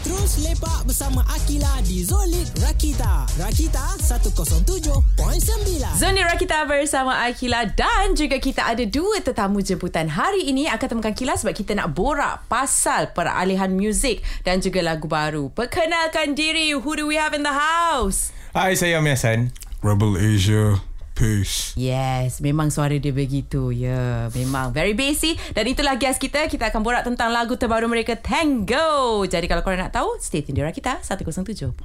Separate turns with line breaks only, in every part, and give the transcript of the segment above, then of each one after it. Terus lepak bersama Akila di Zolit Rakita. Rakita 107.9.
Zoni kita bersama Akila dan juga kita ada dua tetamu jemputan hari ini akan temukan Akila sebab kita nak borak pasal peralihan muzik dan juga lagu baru. Perkenalkan diri, who do we have in the house?
Hai, saya Amir Hassan.
Rebel Asia. Peace.
Yes, memang suara dia begitu. Ya, yeah, memang very bassy dan itulah guest kita. Kita akan borak tentang lagu terbaru mereka Tango. Jadi kalau korang nak tahu, stay tune di Rakita 107.9.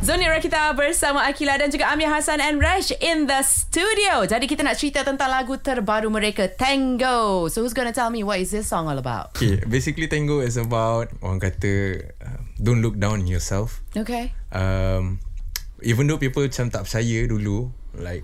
Zoni Rakita bersama Akila dan juga Amir Hassan and Rash in the studio. Jadi kita nak cerita tentang lagu terbaru mereka Tango. So who's gonna tell me what is this song all about?
Okay, basically Tango is about orang kata uh, don't look down on yourself.
Okay.
Um, even though people macam tak percaya dulu, like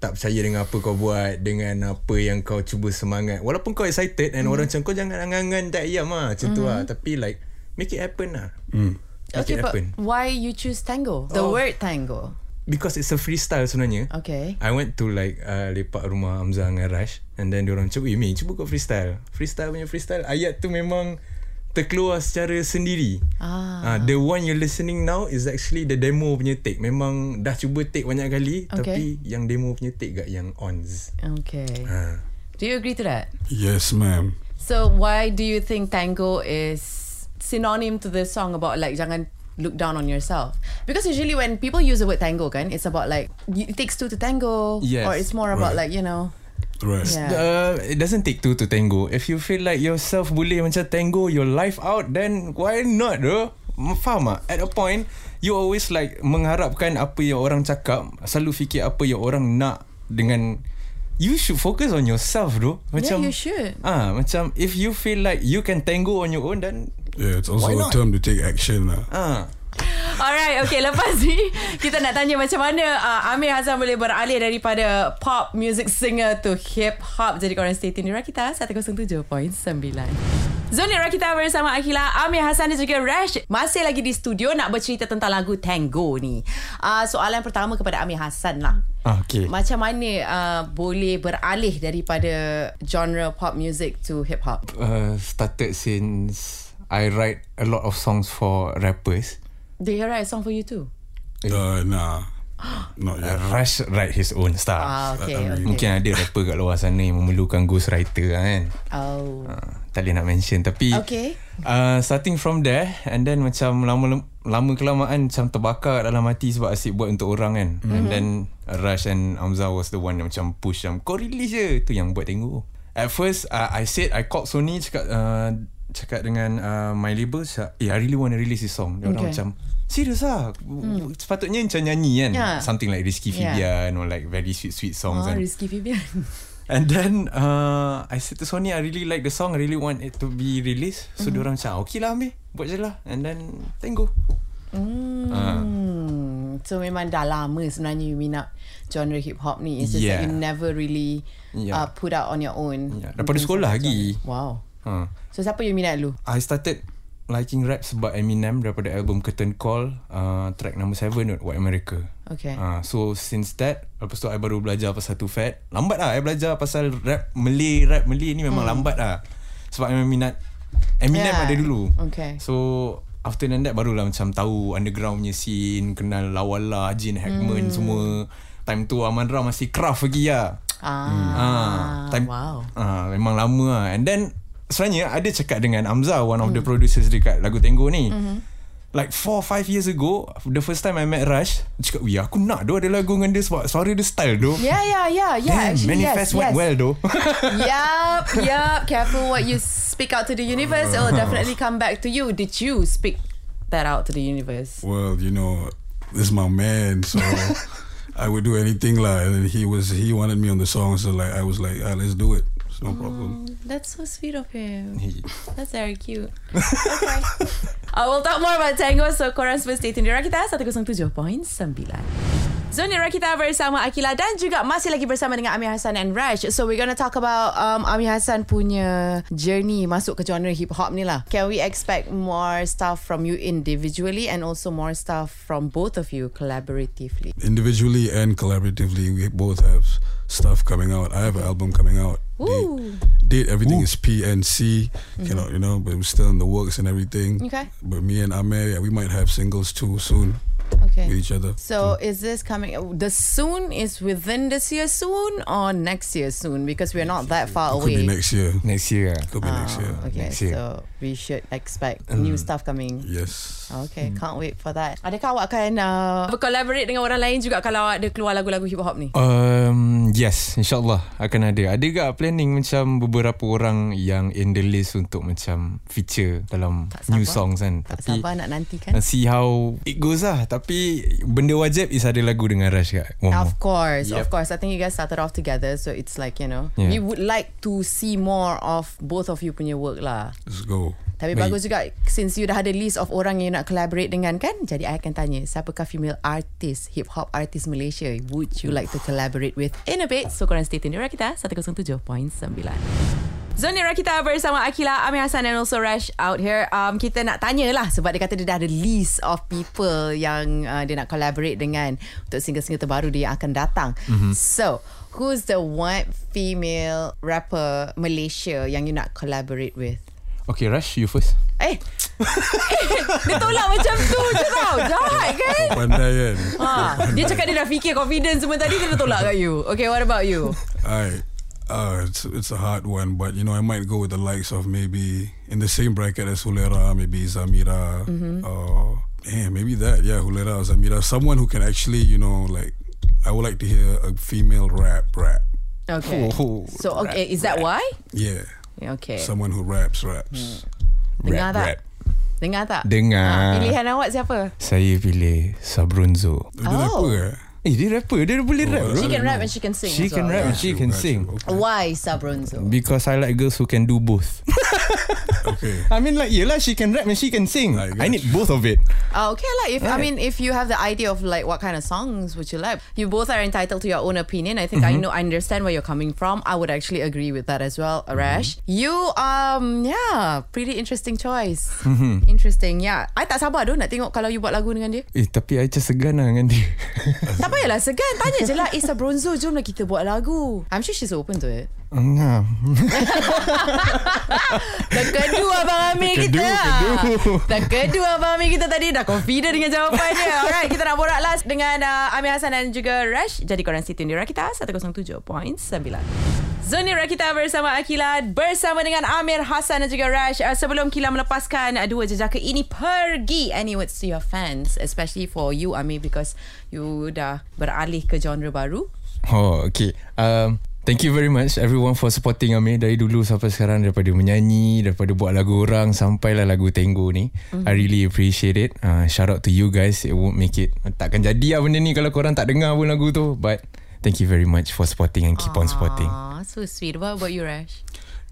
tak percaya dengan apa kau buat dengan apa yang kau cuba semangat walaupun kau excited and mm. orang macam kau jangan angan-angan tak ayam lah macam mm. tu lah tapi like make it happen lah mm. make
Okay,
it
but
happen
why you choose tango? The
Oh.
word tango.
because it's a freestyle sebenarnya
Okay.
I went to like uh, lepak rumah Hamzah dengan Rash and then diorang cuba eh Min, cuba kau freestyle freestyle punya freestyle ayat tu memang terkeluar secara sendiri
Ah.
uh, the one you're listening now is actually the demo punya take memang dah cuba take banyak kali
Okay.
okay. tapi yang demo punya take kat yang ons
Okay.
uh.
Do you agree to that?
Yes, ma'am.
So why do you think tango is synonym to this song about like jangan look down on yourself? Because usually when people use the word tango, kan, it's about like y- it takes two to tango,
Yes.
or it's more about
Right.
like you know,
Right.
yeah.
Uh, it doesn't take two to tango. If you feel like yourself boleh macam tango your life out, then why not, bro? M- Faham tak? At a point, you always like mengharapkan apa yang orang cakap. Selalu fikir apa yang orang nak dengan... You should focus on yourself, bro. Macam,
you should.
Ah, macam if you feel like you can tango on your own, then
Yeah, it's
Why
also a
not?
term to take action. uh, lah.
ah.
Alright, okay. Lepas ni kita nak tanya macam mana uh, Amir Hazan boleh beralih daripada pop music singer to hip hop. Jadi korang stay tune di Rakita 107.9. Zoni Rakita bersama Akila, Amir Hassan dan juga Rash masih lagi di studio nak bercerita tentang lagu Tango ni. Uh, soalan pertama kepada Amir Hassan lah.
Ah, okay.
Macam mana uh, boleh beralih daripada genre pop music to hip hop?
Uh, started since I write a lot of songs for rappers.
Did he write a song for you Ah. too?
Uh, nah, not yet.
Rush write his own stuff. Um,
Ah, okay, okay.
Mungkin ada rapper kat luar sana yang memerlukan ghostwriter lah kan.
Oh.
Uh, tak boleh nak mention tapi
Okay.
uh, starting from there and then macam lama lama kelamaan macam terbakar dalam hati sebab asyik buat untuk orang kan. Mm-hmm.
Mhm.
And then Rush and Hamzah was the one yang macam push macam kau release je tu yang buat tengok. At first uh, I said I called Sony cakap uh, cakap dengan uh, my label cakap, eh I really want to release this song. Dia
Okay.
orang macam serius lah. Hmm. Sepatutnya macam nyanyi kan.
Yeah.
Something like Rizky
Yeah.
Fibian or like very sweet sweet songs
Oh,
kan.
Rizky Fibian.
And then uh, I said to Sony I really like the song I really want it to be released So mm-hmm. diorang macam Okay lah ambil Buat je lah And then Tango
Hmm. So memang dah lama sebenarnya you minat genre hip hop ni. It's just yeah. that you
Yeah.
never really yeah. uh,
Yeah.
put out on your own.
Yeah. Daripada sekolah lagi. Ha.
Wow.
huh.
So siapa you minat dulu?
I started Liking rap sebab Eminem Daripada album Curtain Call uh, Track number 7 White America
Okay.
uh, So since that Lepas tu I baru belajar pasal tu fat Lambat lah I belajar pasal rap Malay Rap Malay ni memang hmm. lambat lah Sebab I memang minat Eminem
Yeah.
yeah. ada dulu
Okay.
So After than that Barulah macam tahu Underground punya scene Kenal Lawala Jin Hackman hmm. semua Time tu Amandra masih craft lagi lah
Ah.
Ah, time-
Wow.
ah, Memang lama lah And then Sebenarnya ada cakap dengan Amza One of
Hmm.
the producers dekat lagu Tango ni
Mhm.
Like 4-5 years ago The first time I met Rush Dia cakap Wih aku nak doh ada lagu dengan dia Sebab suara dia style doh
Yeah, yeah, yeah, yeah.
Damn,
actually,
manifest
yes,
went
yes.
well doh
Yup, yup. Careful what you speak out to the universe. It will definitely come back to you. Did you speak that out to the universe?
Well, you know, this is my man, so I would do anything like. And he was he wanted me on the song, so like I was like, ah, let's do it. It's no problem.
That's so sweet of him. That's very cute. Okay. uh, we'll talk more about Tango, so korang semua stay tuned di Rakita 107.9. Zoni Rakita bersama Akila dan juga masih lagi bersama dengan Amir Hassan and Raj. So we're going to talk about um, Amir Hassan punya journey masuk ke genre hip hop ni lah. Can we expect more stuff from you individually and also more stuff from both of you collaboratively?
Individually and collaboratively, we both have stuff coming out. I have an album coming out.
Ooh. Mm-hmm.
Date, date everything is PNC. Cannot, you know, but we're still in the works and everything.
Okay.
But me and Amir, yeah, we might have singles too soon with
Okay.
each other.
So is this coming the soon is within this year soon or next year soon because we're not that far
Could be
away.
next year.
Next year lah.
Could be next year.
Ah, Okay,
Next year. Mm.
so we should expect new stuff coming. Ah,
Yes.
Okay, can't wait for that. Adakah awak akan uh, collaborate dengan orang lain juga kalau awak ada keluar lagu-lagu hip hop ni?
Um, yes, insyaAllah akan ada. Ada ke planning macam beberapa orang yang in the list untuk macam feature dalam
Tak
new
sabar.
songs kan?
Tak
Tapi
sabar eh? nak nantikan.
and see how it goes lah. Tapi benda wajib is ada lagu dengan Rush kat. Wow.
Of course, of
Yep.
course. I think you guys started off together, so it's like you know,
Yeah.
we would like to see more of both of you punya work lah.
Let's go.
Tapi
Baik.
bagus juga since you dah ada list of orang yang you nak collaborate dengan kan. Jadi I akan tanya, siapakah female artist, hip hop artist Malaysia would you like to collaborate with in a bit? So korang stay tune di Rakita 107.9. Zoni Rakita bersama Akila, Amir Hassan and also Rash out here. Um, kita nak tanya lah sebab dia kata dia dah ada list of people yang uh, dia nak collaborate dengan untuk single-single terbaru dia yang akan datang. Mm-hmm. So, who's the one female rapper Malaysia yang you nak collaborate with?
Okay, Rush, you first.
Eh, eh Dia tolak macam tu je tau Jahat kan
Pandai kan?
ha, Dia cakap dia dah fikir confident semua tadi Dia dah tolak kat you Okay what about you
I, uh, it's it's a hard one, but you know I might go with the likes of maybe in the same bracket as Hulera, maybe Zamira, or yeah, maybe that. Yeah, Hulera, or Zamira, someone who can actually you know like I would like to hear a female rap rap.
Okay
Oh,
So okay Is that why
Yeah,
Okay
someone who raps raps.
Dengar tak?
rap.
Dengar tak ha,
Dengar.
Pilihan awak siapa
Saya pilih Sabrunzo.
Dia rapper eh?
Eh, dia rapper. Dia boleh rap.
She
bro.
can rap and she can sing as
She can
well.
rap and she
Gotcha,
can
gotcha.
sing.
Okay.
Why Sabronzo
Because I like girls who can do both.
okay.
I mean like yelah she can rap and she can sing.
I
I,
got
need
you.
both of it.
Oh, okay lah. If I mean, if you have the idea of like what kind of songs would you like, you both are entitled to your own opinion. I think I know, I understand where you're coming from. I would actually agree with that as well, Arash. You, um, yeah, pretty interesting choice. Interesting, yeah. I tak sabar tu nak tengok kalau you buat lagu dengan dia.
Eh tapi I just segan lah dengan dia.
tak payahlah segan, tanya je lah. Isa Bronzo, jomlah kita buat lagu. I'm sure she's open to it.
Nah.
Terkedu Abang Amir
Terkedu,
kita
terkedu.
Terkedu Abang Amir kita tadi Dah confident dengan jawapan dia Alright kita nak borak last Dengan uh, Amir Hassan dan juga Rash Jadi korang stay tune di Rakita 107.9 Zoni Rakita bersama Akila Bersama dengan Amir Hassan dan juga Rash uh, Sebelum Kila melepaskan uh, Dua jejaka ini pergi Any words to your fans Especially for you Amir Because you dah beralih ke genre baru
Oh okay. Um, Thank you very much everyone for supporting Amir dari dulu sampai sekarang daripada menyanyi, daripada buat lagu orang sampailah lagu Tenggo ni. Mm-hmm. I really appreciate it. Uh, shout out to you guys. It won't make it. Takkan jadi lah benda ni kalau korang tak dengar pun lagu tu. But thank you very much for supporting and keep on supporting.
Aw, Ah, So sweet What about you Rash?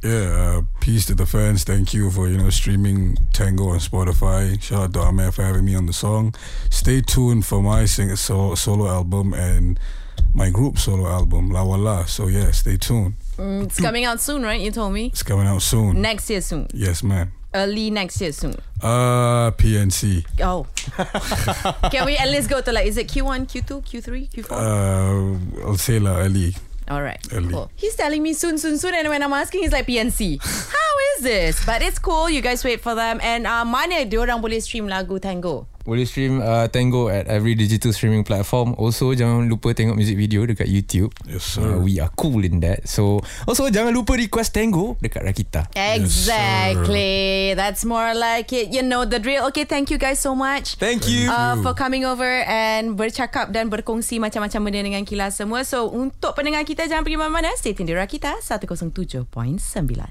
Yeah, uh, peace to the fans. Thank you for you know streaming Tango on Spotify. Shout out to Amir for having me on the song. Stay tuned for my sing- solo, solo album and my group solo album La Wala. So yeah, stay tuned.
Mm, It's coming out soon right? You told me
It's coming out soon.
Next year soon
yes, man.
early next year soon.
Uh PNC.
Oh. Can we at least go to like, is it Q1, Q2, Q3, Q4?
Uh, I'll say La Ali.
All right.
early.
Cool. He's telling me soon, soon, soon. And when I'm asking, he's like PNC. How is this? But it's cool. You guys wait for them. And uh, mana diorang boleh stream lagu tango?
Boleh stream uh, Tango at every digital streaming platform. Also jangan lupa tengok music video dekat YouTube.
Yes, sir.
Uh, we are cool in that. So also jangan lupa request Tango dekat Rakita.
Exactly. That's more like it. You know the drill. Okay, thank you guys so much.
Thank you.
uh, for coming over and bercakap dan berkongsi macam-macam benda dengan Kila semua. So, untuk pendengar kita jangan pergi mana-mana. Stay tune di Rakita 107.9.